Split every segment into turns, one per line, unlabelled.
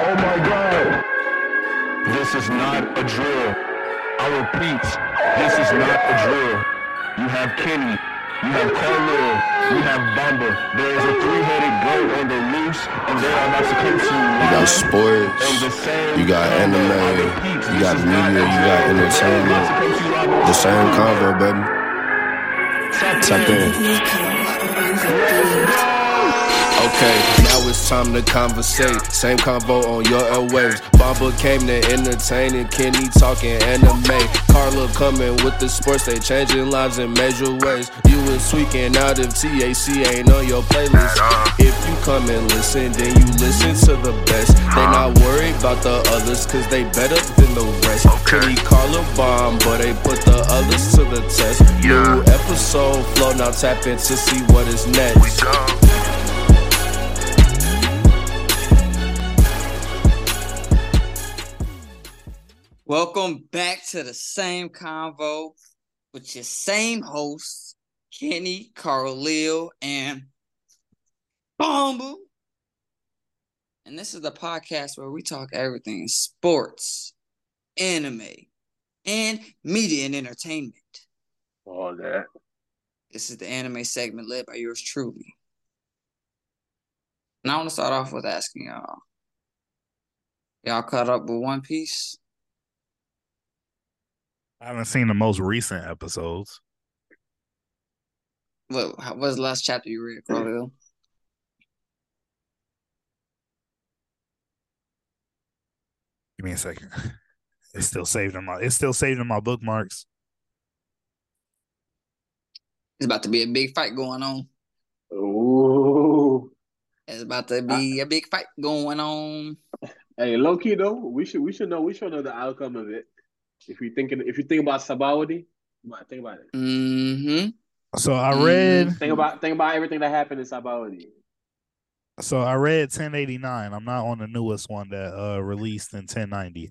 Oh my God. This is not a drill. I repeat, this is not a drill. You have Kenny, you have Carlisle, you have Bamba. There is a three-headed goat on the loose, and they are about to come to you.
You got
live
sports,
on the same
you got
combo.
anime,
I repeat,
you
this
got
is not
media,
a
you got
drill. They are about to come to you live on
entertainment. The same convo, baby. Tap in. Okay, now it's time to conversate. Same convo on your airwaves. Bamba came to entertain and Kenny talking anime. Carla coming with the sports, they changing lives in major ways. You is tweaking out if TAC ain't on your playlist. If you come and listen, then you listen to the best. They not worried about the others, cause they better than the rest. Kenny call a bomb, but they put the others to the test. New episode flow, now tap in to see what is next.
Welcome back to the same convo with your same hosts, Kenny, Carlile, and Bumble. And this is the podcast where we talk everything sports, anime, and media and entertainment.
All that.
This is the anime segment led by yours truly. And I want to start off with asking y'all. Y'all caught up with One Piece?
I haven't seen the most recent episodes.
What how- what was the last chapter you read, Carlile?
Give me a second. It's still saved in my it's still saved in my bookmarks.
It's about to be a big fight going on.
Ooh.
It's about to be
Uh,
a big fight going on.
Hey, low key though, we should we should know we should know the outcome of it. If you thinking if you think about Sabaody, come on, think about it.
Mm-hmm.
So I read
Think about think about everything that happened in Sabaody.
so I read 1089. I'm not on the newest one that uh released in 1090.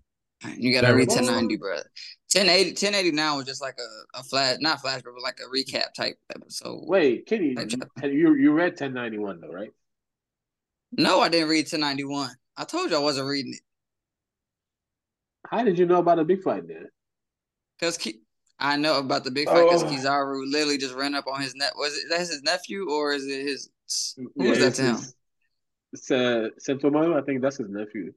You gotta read
Very-
1090, bro. 1080, 1089 was just like a, a flash, not flash, but like a recap type episode.
Wait, Kenny, you- you you read ten ninety one though, right?
No, I didn't read 1091. I told you I wasn't reading it.
How did you know about the big fight then?
Cause Ki- I know about the big fight because
Oh.
Kizaru literally just ran up on his net. Was it that's his nephew or is it his? Who
Yeah,
was that
it's-
to him?
it's- It's uh, Sentomaru. I think that's his nephew.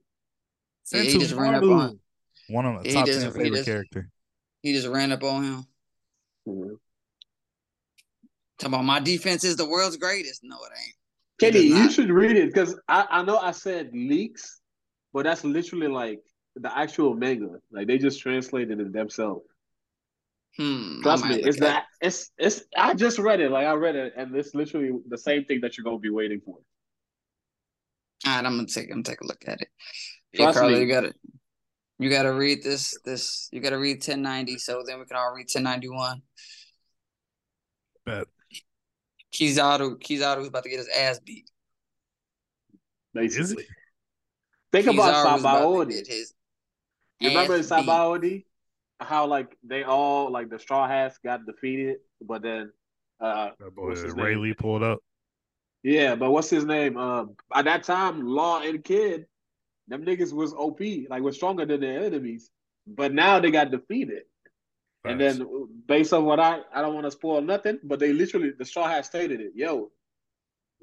Yeah, he just ran up
Sentomaru,
on.
One of the
He
top
does-
ten
he
favorite
does-
character.
He just ran up on him. Mm-hmm.
Mhm.
Talking about my defense is the world's greatest. No, it ain't. He
Kenny,
does
you
not.
should read it because I, I know I said leaks, but that's literally like the actual manga. Like they just translated it themselves.
Hmm. I
Trust
might
me,
look
it's
it up.
that it's it's I just read it, like I read it, and it's literally the same thing that you're gonna be waiting for.
All right, I'm gonna take I'm gonna take a look at it. Yeah,
Trust
Carla,
me.
you gotta you gotta read this this you gotta read 1090 so then we can all read 1091.
But
Kizaru Kizaru's about to get his ass beat.
is it?
Basically. Think about
Kizaru's about to
Sabaody.
get his
Remember in
ass beat.
Sabaody? How like they all like the straw hats got defeated, but then uh
That boy
What's his
Ray
name?
Lee pulled up.
yeah, but what's his name? Um by that time, Law and Kid, them niggas was OP, like was stronger than their enemies. But now they got defeated. And
Facts.
then based on what I I don't want to spoil nothing, but they literally the straw hat stated it. Yo,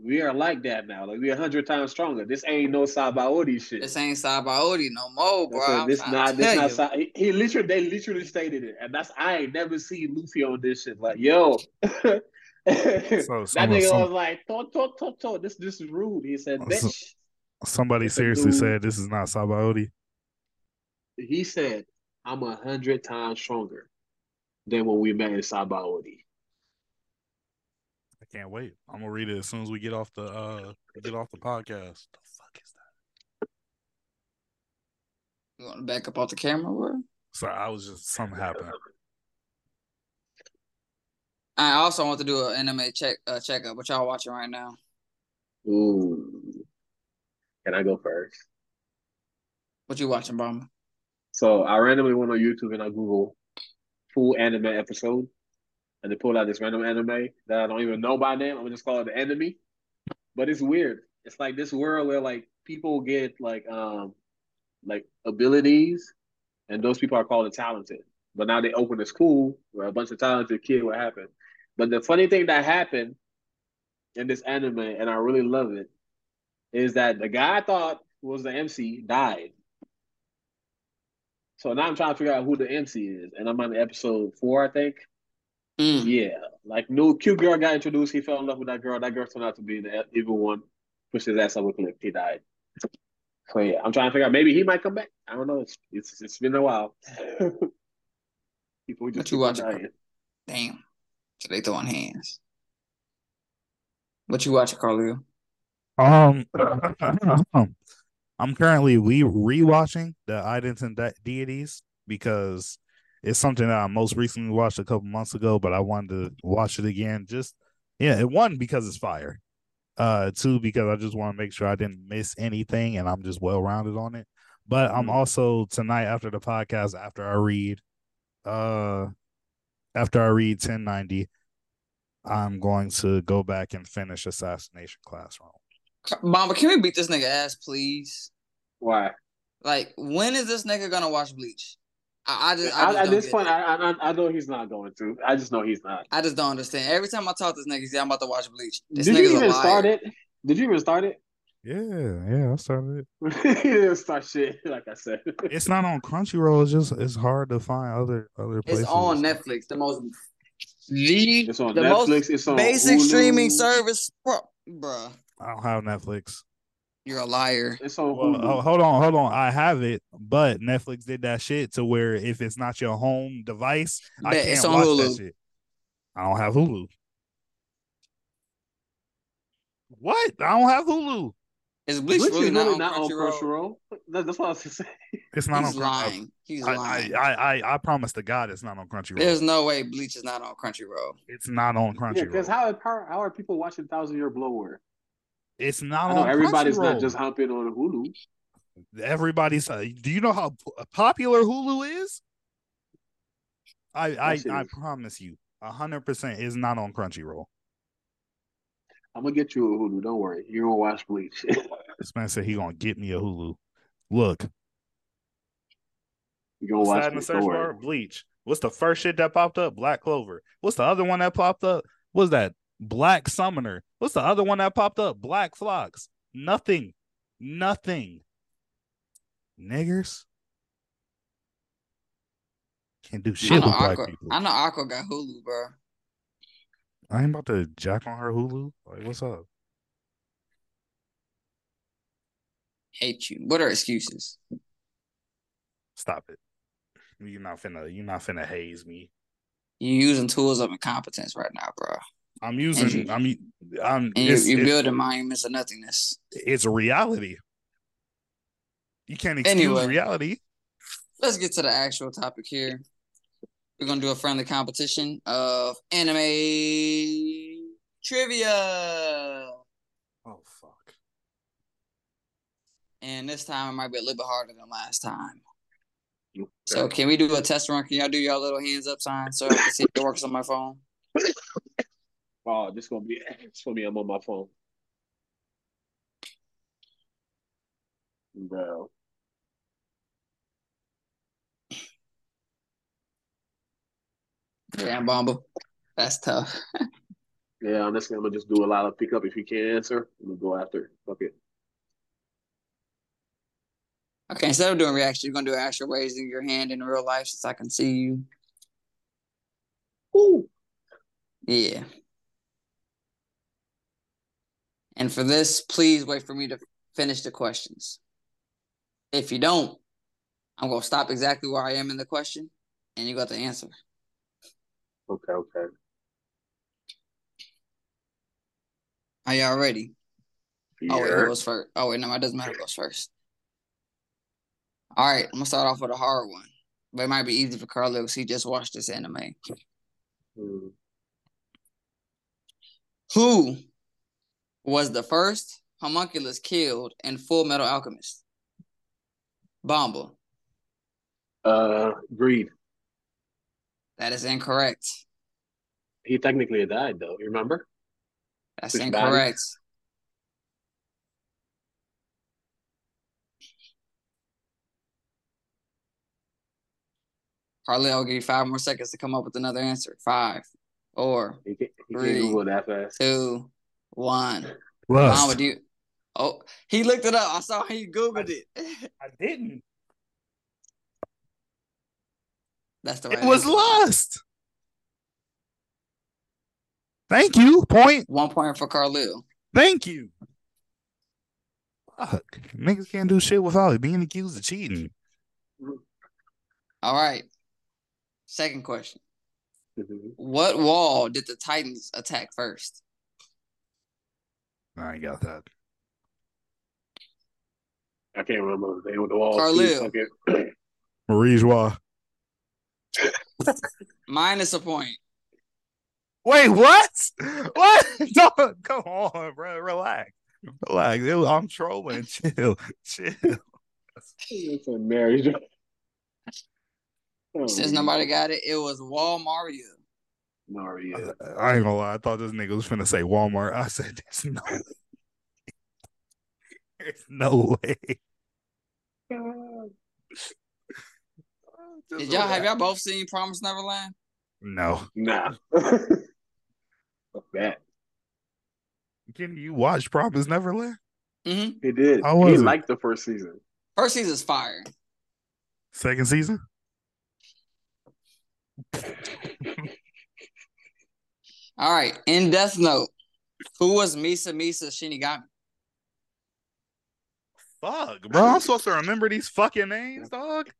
we are like that now. Like we a hundred times stronger. This ain't no Sabaody shit.
This ain't Sabaody no more,
That's
bro.
it.
I'm
this
trying to
not this
tell you.
not Sa- he, he literally they literally stated it. And that's I ain't never seen Luffy on this shit. Like, yo. that
someone-
nigga
some-
was like, talk, talk, talk, talk. This this is rude. He said,
So-
bitch.
Somebody
That's a
seriously
dude.
said this is not Sabaody.
He said, I'm a hundred times stronger than when we met in Sabaody.
I can't wait. I'm gonna read it as soon as we get off the uh get off the podcast. The fuck
You want to back up off the camera, bro?
So I was just something happened.
I also want to do an anime check uh, checkup, which y'all watching right now.
Ooh. Can I go first?
What you watching, Bomber?
So I randomly went on YouTube and I Googled full anime episode. And they pulled out this random anime that I don't even know by name. I'm gonna just call it the enemy. But it's weird. It's like this world where like people get like um like abilities and those people are called the talented. But now they open a school where a bunch of talented kids will happen. But the funny thing that happened in this anime, and I really love it, is that the guy I thought was the MC died. So now I'm trying to figure out who the MC is, and I'm on episode four, I think.
Mm.
Yeah, like new cute girl got introduced. He fell in love with that girl. That girl turned out to be the e-, evil one. Pushed his ass up a cliff. He died. So yeah, I'm trying to figure out. Maybe he might come back. I don't know. It's it's, it's been a while. People
What
just
you
keep on
watching?
dying.
Damn. So they throwing hands. What you watching, Carlio?
Um, I'm currently re rewatching the Idents and De- Deities because it's something that I most recently watched a couple months ago, but I wanted to watch it again. Just yeah, it one because it's fire. Uh, two because I just want to make sure I didn't miss anything and I'm just well rounded on it. But I'm
Mhm.
also tonight after the podcast after I read, uh, after I read 1090, I'm going to go back and finish Assassination Classroom.
Bomber, can we beat this nigga ass, please?
Why?
Like, when is this nigga gonna watch Bleach? I, I just, I
I,
just
at
don't
this
get
point,
it.
I, I I- I know he's not going to. I just know he's not.
I just don't understand. Every time I talk to this nigga, he's I'm about to watch Bleach. This
Did
nigga's
you
a
even
liar.
start it? Did you even start it?
Yeah, yeah, I started it.
you didn't start shit. Like I said,
It's not on Crunchyroll. It's just it's hard to find other other
It's
places.
on Netflix, the most the,
It's on
the most
Netflix. It's on
basic
Hulu.
streaming service. Bro, bruh,
I don't have Netflix.
you're a liar.
It's on
Well,
Mm-hmm.
Hulu.
oh, hold on, hold on. I have it, but Netflix did that shit to where if it's not your home device, I
Bet
can't
it's on
watch that
Hulu.
shit. I don't have Hulu. What? I don't have Hulu.
Is Bleach,
Bleach
really
is
not
really
on
not on
Crunchyroll?
Crunchyroll. That- That's what I was saying.
It's not
He's
on. Crunch-
lying. He's
I,
lying.
I, I, I, I promise to God, it's not on Crunchyroll.
There's no way Bleach is not on Crunchyroll.
it's not on
Yeah,
Crunchyroll.
because how, are- how how are people watching Thousand Year Blower?
it's not
I know
on.
everybody's
Crunchyroll.
not just humping on Hulu.
everybody's uh, do you know how p- popular hulu is i i,
shit
I
is-
promise you 100% is not on crunchyroll
I'm gonna get you a Hulu. Don't worry, you're gonna watch Bleach.
spencer he gonna get me a hulu look
you're gonna
what's
watch
that in the
Bleach.
search
Don't
bar
worry.
bleach what's the first shit that popped up black clover what's the other one that popped up what's that black summoner what's the other one that popped up black flocks nothing nothing niggers can't do
I
shit
know
with black
Aqua.
people
I know Aqua got Hulu, bro.
I ain't about to jack on her Hulu. Like, what's up?
Hate you. What are excuses?
Stop it. You're not finna. You're not finna haze me.
You using tools of incompetence right now, bro.
I'm using.
you-
I'm. u- I'm.
And you,
It's,
you
it-
building monuments of nothingness.
it's reality. You can't excuse
Anyway.
reality.
Let's get to the actual topic here. We're gonna do a friendly competition of anime trivia.
Oh fuck.
And this time it might be a little bit harder than last time. So can we do a test run? Can y'all do y'all little hands up sign so I can see if it works on my phone?
Oh, this gonna be this gonna be. I'm on my phone, bro.
Damn bomba. That's tough.
Yeah, honestly, I'm gonna just do a lot of pickup. If you can't answer, I'm gonna go after. it. Fuck it.
Okay, instead of doing reaction, you're gonna do actual raising your hand in real life since I can see you.
Ooh.
Yeah. And for this, please wait for me to finish the questions. If you don't, I'm gonna stop exactly where I am in the question, and you got the answer.
Okay.
Oh,
Okay.
Are y'all ready? Oh wait,
Yeah.
who goes first? Oh wait, no, it doesn't matter who goes first. All right, I'm gonna start off with a hard one, but it might be easy for Carlo because he just watched this anime.
Mm.
Who was the first homunculus killed in Full Metal Alchemist? Bomba.
Uh, Greed.
That is incorrect.
He technically died though. You remember?
That's
Which body?
incorrect. Carly, I'll give you five more seconds to come up with another answer. Five, four,
He can't, he can't
Greed.
Google that fast.
two, one. Mom,
Plus,
would you? Oh, he looked it up. I saw he googled it.
I didn't.
That's the right.
It was
answer.
lust. Thank you. Point.
One point for Carlil.
Thank you. Fuck. Niggas can't do shit without being accused of cheating.
All right. Second question.
Mhm.
What wall did the Titans attack first?
I ain't got that.
I can't remember the name of the wall.
Carlil.
Fucking-
Marijuana.
Minus a point.
Wait, what? What? No, come on, bro. Relax. Relax. It- I'm trolling. Chill. Chill.
It's a marriage. Oh,
Since nobody got it, it was Wall Mario.
Mario.
I ain't gonna lie. I thought this nigga was finna say Walmart. I said, there's no way. There's no way.
Did y'all have y'all both seen Promise Neverland?
No.
Nah. Fuck that.
Can you watch Promise Neverland?
Mm-hmm.
He did.
How was
he
it?
liked the first season.
First season's fire.
Second season?
All right. In Death Note, who was Misa Misa Shinigami?
Fuck, bro. I'm supposed to remember these fucking names,
told
dog.
you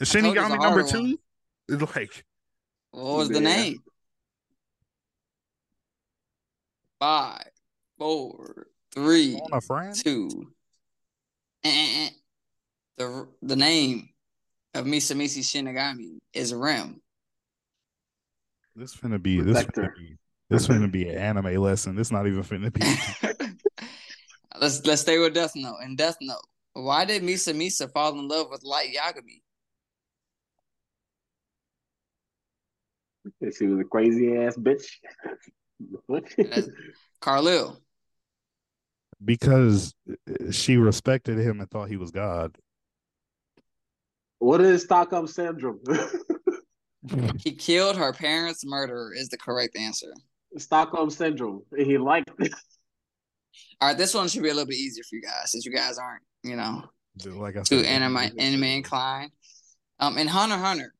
it's a
Shinigami number
harder
two? It's like,
What was the
Man.
name? Five, four, three,
on a friend?
two. Eh, eh, eh. The the name of Misa Misa Shinigami is Rem.
This finna be this
Protector.
finna be, this finna be an anime lesson. This not even finna be.
let's let's stay with Death Note. In Death Note, why did Misa Misa fall in love with Light Yagami?
And She was a crazy ass bitch.
That's- Carlil.
because uh, she respected him and thought he was God.
what is Stockholm syndrome?
He killed her parents' murderer is the correct answer.
Stockholm syndrome. He liked it.
All right, this one should be a little bit easier for you guys since you guys aren't, you know,
Like I
to
said,
anime anime inclined. Um, in Hunter x Hunter,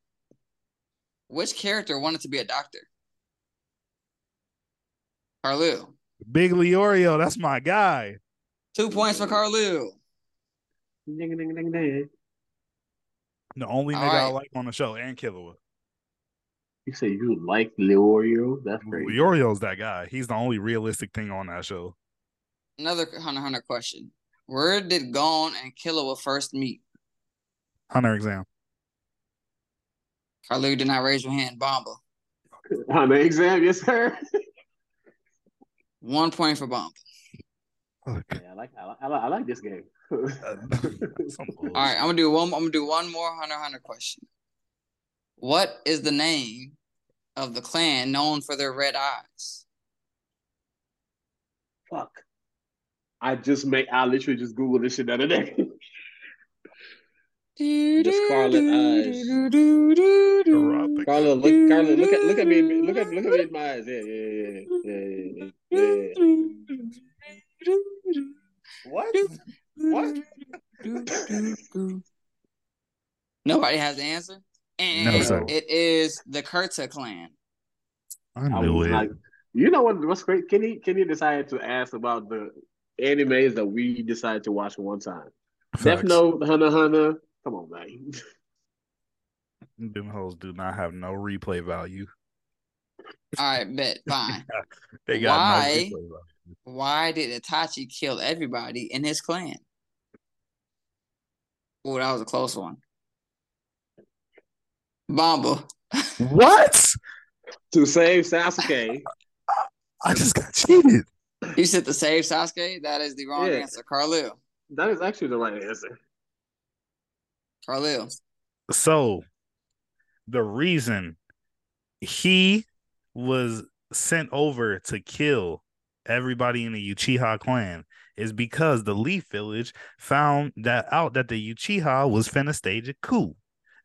which character wanted to be a doctor? Carlil.
Big Leorio, that's my guy.
Two points for Carlil.
Ding, ding, ding, ding.
The only
All
nigga I
right.
like on the show, and Killua.
You say you like Leorio? That's crazy.
Leorio's that guy. He's the only realistic thing on that show.
Another Hunter x Hunter question. Where did Gon and Killua first meet?
Hunter exam.
Carlil did not raise your hand. Bomba.
On the exam, yes, sir.
One point for Bomba.
Fuck.
Yeah, I like I like, I like, I like this game.
Some bullshit.
All right, I'm gonna do one. I'm gonna do one more Hunter x Hunter question. What is the name of the clan known for their red eyes?
Fuck. I just made. I literally just googled this shit the other day. The Scarlet
Erotic.
Carla, look, Carla, look at look at me, look at look at me in my eyes. Yeah, yeah, yeah, yeah, yeah, yeah.
What?
Nobody has the answer. And
No, sir.
it is the Kurta clan.
I
I
knew
was
it.
like, you know what? What's great? Kenny Kenny decided to ask about the animes that we decided to watch one time. Death
Facts.
Note, Hunter x Hunter. Come on, man.
Them hoes do not have no replay value.
All right, bet fine.
They got no
Why?
replay value.
Why did Itachi kill everybody in his clan? Oh, that was a close one. Bamba.
What?
To save Sasuke,
I just got cheated.
You said to save Sasuke? That is the wrong
Yeah.
answer. Carlil.
that is actually the right answer.
Carlil.
So the reason he was sent over to kill everybody in the Uchiha clan is because the Leaf Village found that out that the Uchiha was finna stage a coup.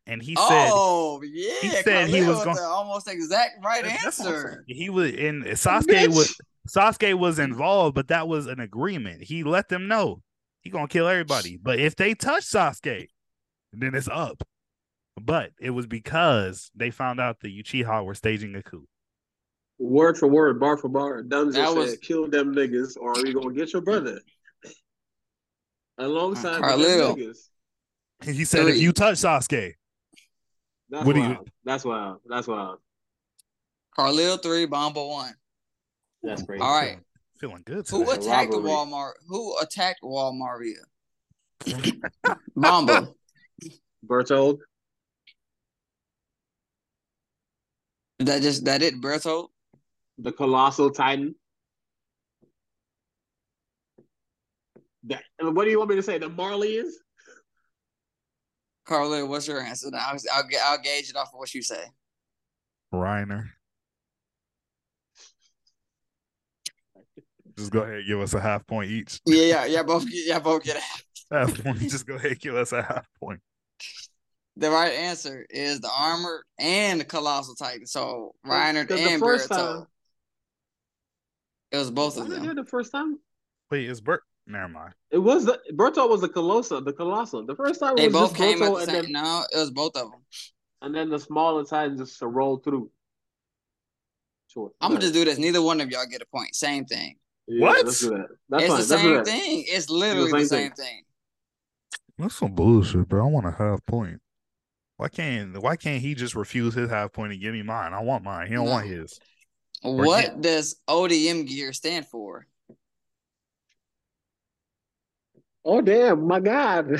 And he said
oh, yeah.
he said he
Carlil
was
with
gon-
the almost exact right
That- that's what I'm
answer.
saying. He was and Sasuke was Sasuke was involved, but that was an agreement. He let them know he gonna kill everybody. But if they touch Sasuke, then it's up. But it was because they found out the Uchiha were staging a coup.
Word for word, bar for bar, Dunzo
That
said,
was-
"Kill them niggas, or we gonna get your brother." Alongside with
Carlil.
them niggas.
And he said, if
Three.
you touch Sasuke,
That's
What do you-
wild. That's wild. That's wild.
Carlil three, Bamba one.
That's
Ooh,
crazy.
All right.
feeling good.
Who
today.
attacked
robbery.
Walmart? Who attacked Walmart? Bamba.
Bertold,
That just that it, Berthold?
the colossal titan. That- and what do you want me to say? The Marleyans?
Carlin, what's your answer? Now, I'll, I'll, ga- I'll gauge it off of what you say.
Reiner. Just go ahead and give us a half point each.
Yeah, yeah, yeah. Both, yeah, both get it.
Half point. Just go ahead and give us a half point.
The right answer is the armor and the colossal titan. So Reiner
The- the
and
first
Birito.
time.
It was both of
Wasn't
them.
there the first time?
Wait, is Bert? Never mind.
It was the Bertold was the colossal. The colossal. The first time it
They
was
both
just
came at
Bertold
the
and
same.
then,
No, it was both of them.
and then the smaller titan just to roll through. Sure.
I'm gonna just do this. Neither one of y'all get a point. Same thing.
Yeah,
What?
Let's do that. That's
it's
fine.
the
Let's do
same
that.
thing. It's literally the
same
same
thing.
thing.
That's some bullshit, bro. I want a half point. Why can't why can't he just refuse his half point and give me mine? I want mine. He don't want his. Or
What
get-
does ODM gear stand for?
Oh damn! My God.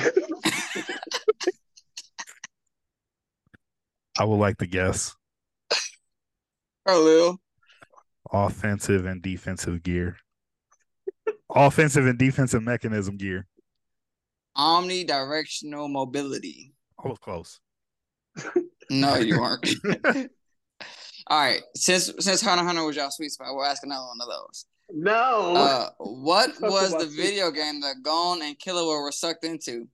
I would like to guess
Carlil.
offensive and defensive gear. offensive and defensive mechanism gear.
Omnidirectional mobility.
I was close.
No, you aren't. All right. Since since Hunter x Hunter was y'all sweet spot, we're asking another one of those.
no.
Uh, what
Talk
was
about
the
sweet
video game that Gone and Killua were sucked into?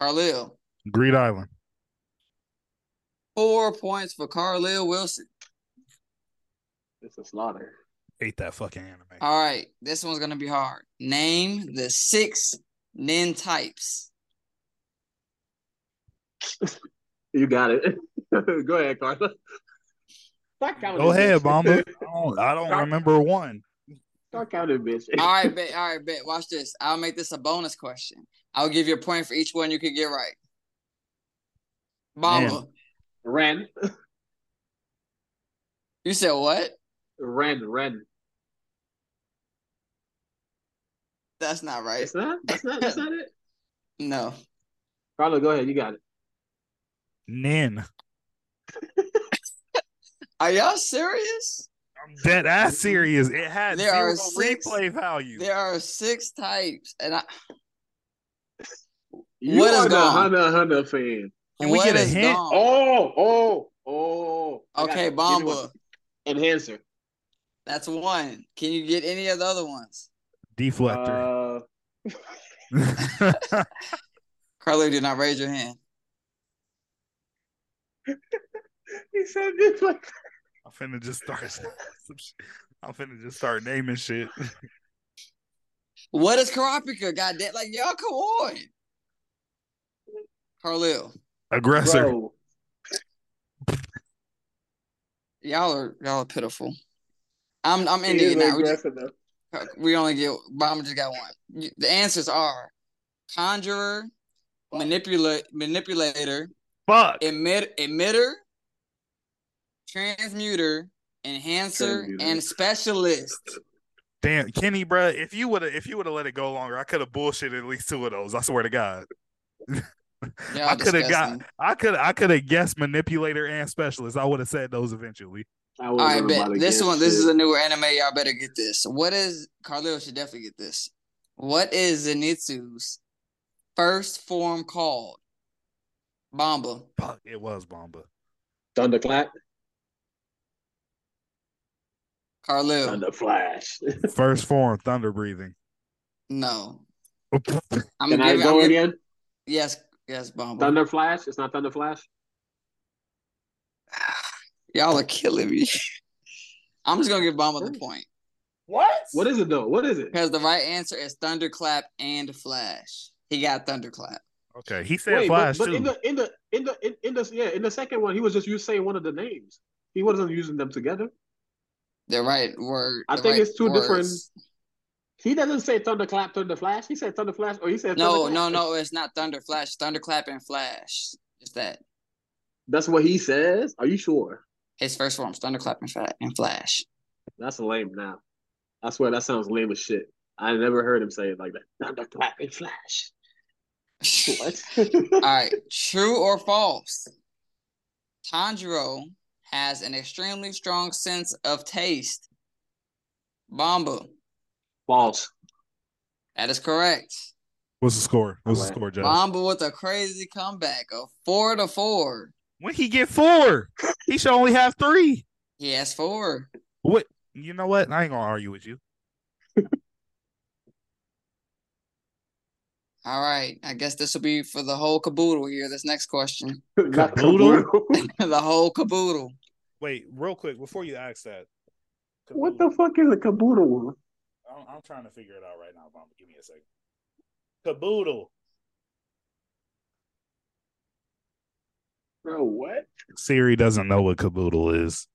Carlil.
Greed Island.
Four points for Carlil Wilson.
it's a slaughter.
Ate that fucking anime.
All right. This one's gonna be hard. Name the six nin types.
You got it. Go ahead, Carla. Start counting.
Go ahead,
bitch.
Bomba. I don't, I don't remember one.
Start counting, bitch.
All right, bet. All right, bet. Watch this. I'll make this a bonus question. I'll give you a point for each one you could get right. Bomber,
Man.
Ren,
you said what?
Ren, Ren.
That's not right.
It's not. That's not. That's not it.
No.
Carla, go ahead. You got it.
Nin.
Are y'all serious?
I'm dead ass serious. It had
There are
zero
six-
replay value.
There are six types, and I,
You
What
are
is
the
going on?
Hunter x Hunter fan.
Can we
what
get a
is
hint?
gone?
Oh, oh, oh. I got
okay,
it. Give me one.
Bomba.
Enhancer.
That's one. Can you get any of the other ones?
Deflector.
Uh,
Uh, Carlo, did not raise your hand.
he said this like
I'm finna just start. some sh- I'm finna just start naming shit.
What is Karapika? God damn, like y'all come on. Carlil,
Aggressor.
bro.
y'all are y'all are pitiful. I'm I'm
He
ending
is
it now. We, just-
aggressive though.
we only get Bomba just got one. You- The answers are conjurer, manipulate manipulator,
Fuck.
emit emitter, transmuter, enhancer,
Transmuter.
and specialist.
Damn, Kenny, bruh, If you would have, if you would have let it go longer, I could have bullshitted at least two of those. I swear to God.
Y'all
I could have got,
disgusting.
I could, I could have guessed manipulator and specialist. I would have said those eventually.
I
All right, bet this one. This is a newer anime. Y'all better get this. What is Carlito should definitely get this. What is Zenitsu's first form called? Bomba.
Fuck, it was Bomba.
thunderclap,
Carlito.
thunderflash.
First form, thunder breathing.
No. I'm
Can I
giving.
go
I'm giving
again?
yes. Yes. Bomba.
Thunderflash. It's not thunderflash.
Y'all are killing me. I'm just gonna give Bomba the point
What is it though? What is it?
because the right answer is thunderclap and flash. He got thunderclap.
Okay, he said
Wait, but,
Flash
but
too.
in the in the in the in, in the yeah in the second one, he was just you saying one of the names. He wasn't using them together.
The right word.
I
the
think
right
it's two different-
words.
He doesn't say thunderclap, thunderflash. He said thunderflash, or he said
No,
Thunderclap.
no, no. It's not thunder flash. Thunderclap and flash. It's that.
That's what he says. Are you sure?
His first form is thunderclap and, fa- and flash.
That's lame now. I swear that sounds lame as shit. I never heard him say it like that. Thunderclap and flash. What?
All right. True or false? Tanjiro has an extremely strong sense of taste. Bomba.
False.
That is correct.
What's the score? What's the
Alright.
score, Josh?
Bomba with a crazy comeback of four to four.
When he get four, he should only have three.
He has four.
What? You know what? I ain't gonna argue with you.
All right. I guess this will be for the whole caboodle here. This next question.
Not
Caboodle?
caboodle.
the whole caboodle.
Wait, real quick before you ask that.
what the fuck is a caboodle? one?
I'm, I'm trying to figure it out right now, Mama. Give me a second. Caboodle.
Bro, what?
Siri doesn't know what caboodle is.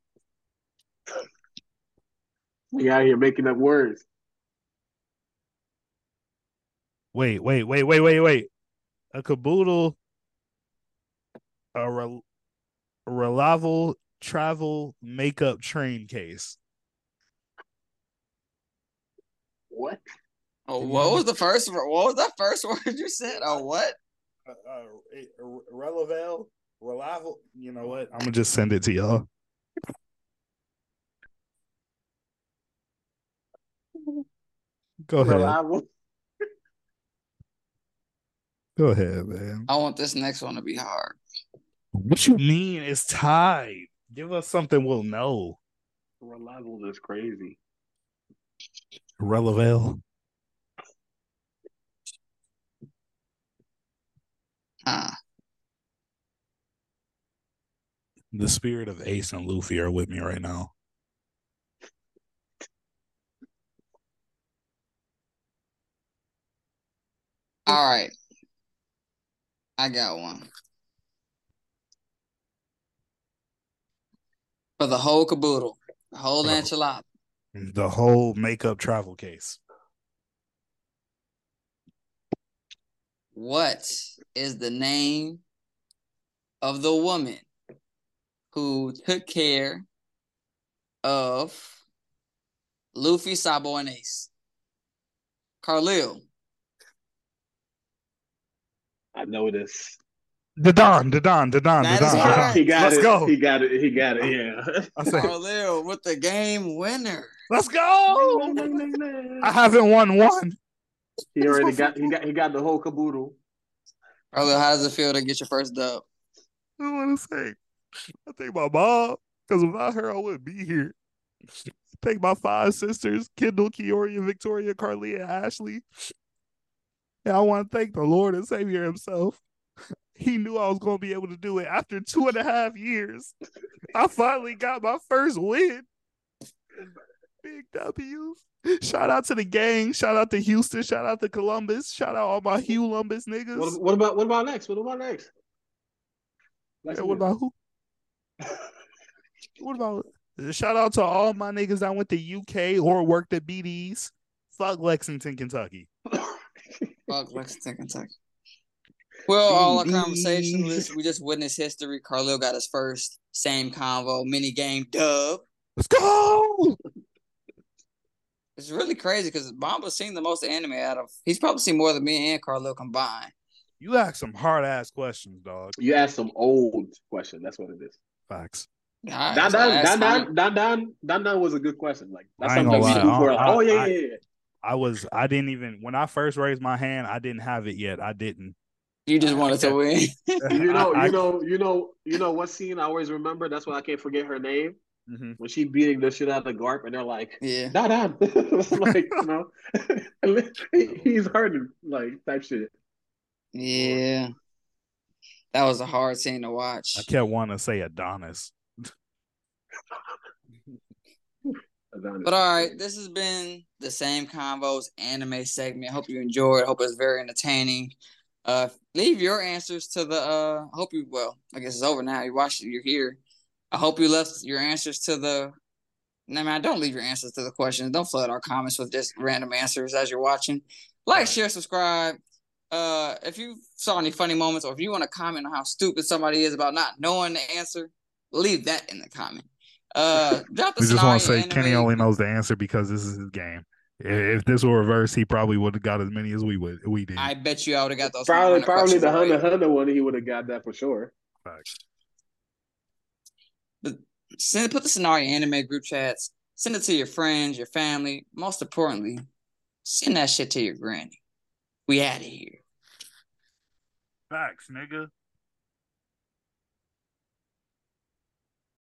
We out here making up words.
Wait, wait, wait, wait, wait, wait. A caboodle. A rel- reliable travel makeup train case.
What?
Oh,
Can
what
you-
was the first? wor- What was that first word you said? Oh, what?
Uh, uh, Relevel. Reliable. You know what? I'm gonna just send it to y'all. Go ahead.
Reliable.
Go ahead, man.
I want this next one to be hard.
What you mean it's tied? Give us something we'll know.
Reliable is crazy.
Relevel.
Huh.
The spirit of Ace and Luffy are with me right now.
All right. I got one. For the whole caboodle, the whole
Oh.
enchilada.
The whole makeup travel case.
What is the name of the woman who took care of Luffy, Sabo, and Ace? Carlil.
I know this.
The Don, the Don, the Don, the
That is
Don. the Don.
right.
He got
Uh-huh. Let's
it.
go.
He got it. He got it. Yeah.
I said,
Carlil with the game winner.
let's go. I haven't won one.
he already got. He got. He got the whole caboodle.
Carlil, how does it feel to get your first dub?
I want to say, I think my mom, because without her, I wouldn't be here. Thank my five sisters, Kendall, Keoria, Victoria, Carly, and Ashley. And I want to thank the Lord and Savior Himself. He knew I was going to be able to do it after two and a half years. I finally got my first win. Big W. Shout out to the gang. Shout out to Houston. Shout out to Columbus. Shout out all my Hugh Lumbus niggas.
What, what about what about next? What about next? Next
Yeah, what
one.
about who? What about shout out to all my niggas that went to UK or worked at BDs? Fuck Lexington, Kentucky.
Fuck Lexington, Kentucky. Well, all our
Indeed.
conversation was we just witnessed history. Carlil got his first same convo mini game dub.
Let's go.
It's really crazy because Bomba's seen the most anime out of. He's probably seen more than me and Carlil combined.
You ask some hard ass questions, dog.
You asked some old question. That's what it is.
Facts.
Alright,
Don
so
Don,
last
Don,
time-
Don, Don, Don, Don, Don was a good question. Like that's
I ain't
something we
gonna
do
lie.
for.
I-
oh yeah,
I-
yeah, yeah.
I was I didn't even when I first raised my hand, I didn't have it yet. I didn't.
You just wanted to win.
You know,
I- I-
you know, you know, you know. What scene I always remember? That's why I can't forget her name
Mhm.
when she beating the shit out of Garp, and they're like,
yeah.
"Don, Don," It's like you know, he's hurting, like type shit.
Yeah. That was a hard scene to watch.
I kept wanting to say Adonis.
Adonis.
But all right, this has been the same convos anime segment. Hope you enjoyed. Hope it's very entertaining. Uh, leave your answers to the. Uh, hope you. Well, I guess it's over now. You watched it. You're here. I hope you left your answers to the. No, man, don't leave your answers to the questions. Don't flood our comments with just random answers as you're watching. Like, share, subscribe. Uh, if you saw any funny moments, or if you want to comment on how stupid somebody is about not knowing the answer, leave that in the comment. Uh, drop the
We just want to
scenario
say Kenny
anime.
only knows the answer because this is his game. I- If this were reverse, he probably would have got as many as we would we did.
I bet you I would have got those.
probably,
100
probably the
questions
Hunter
right.
Hunter one. He would have got that for sure.
Facts.
Send put the scenario in anime group chats. Send it to your friends, your family. Most importantly, send that shit to your granny. We out of here.
Facts, nigga.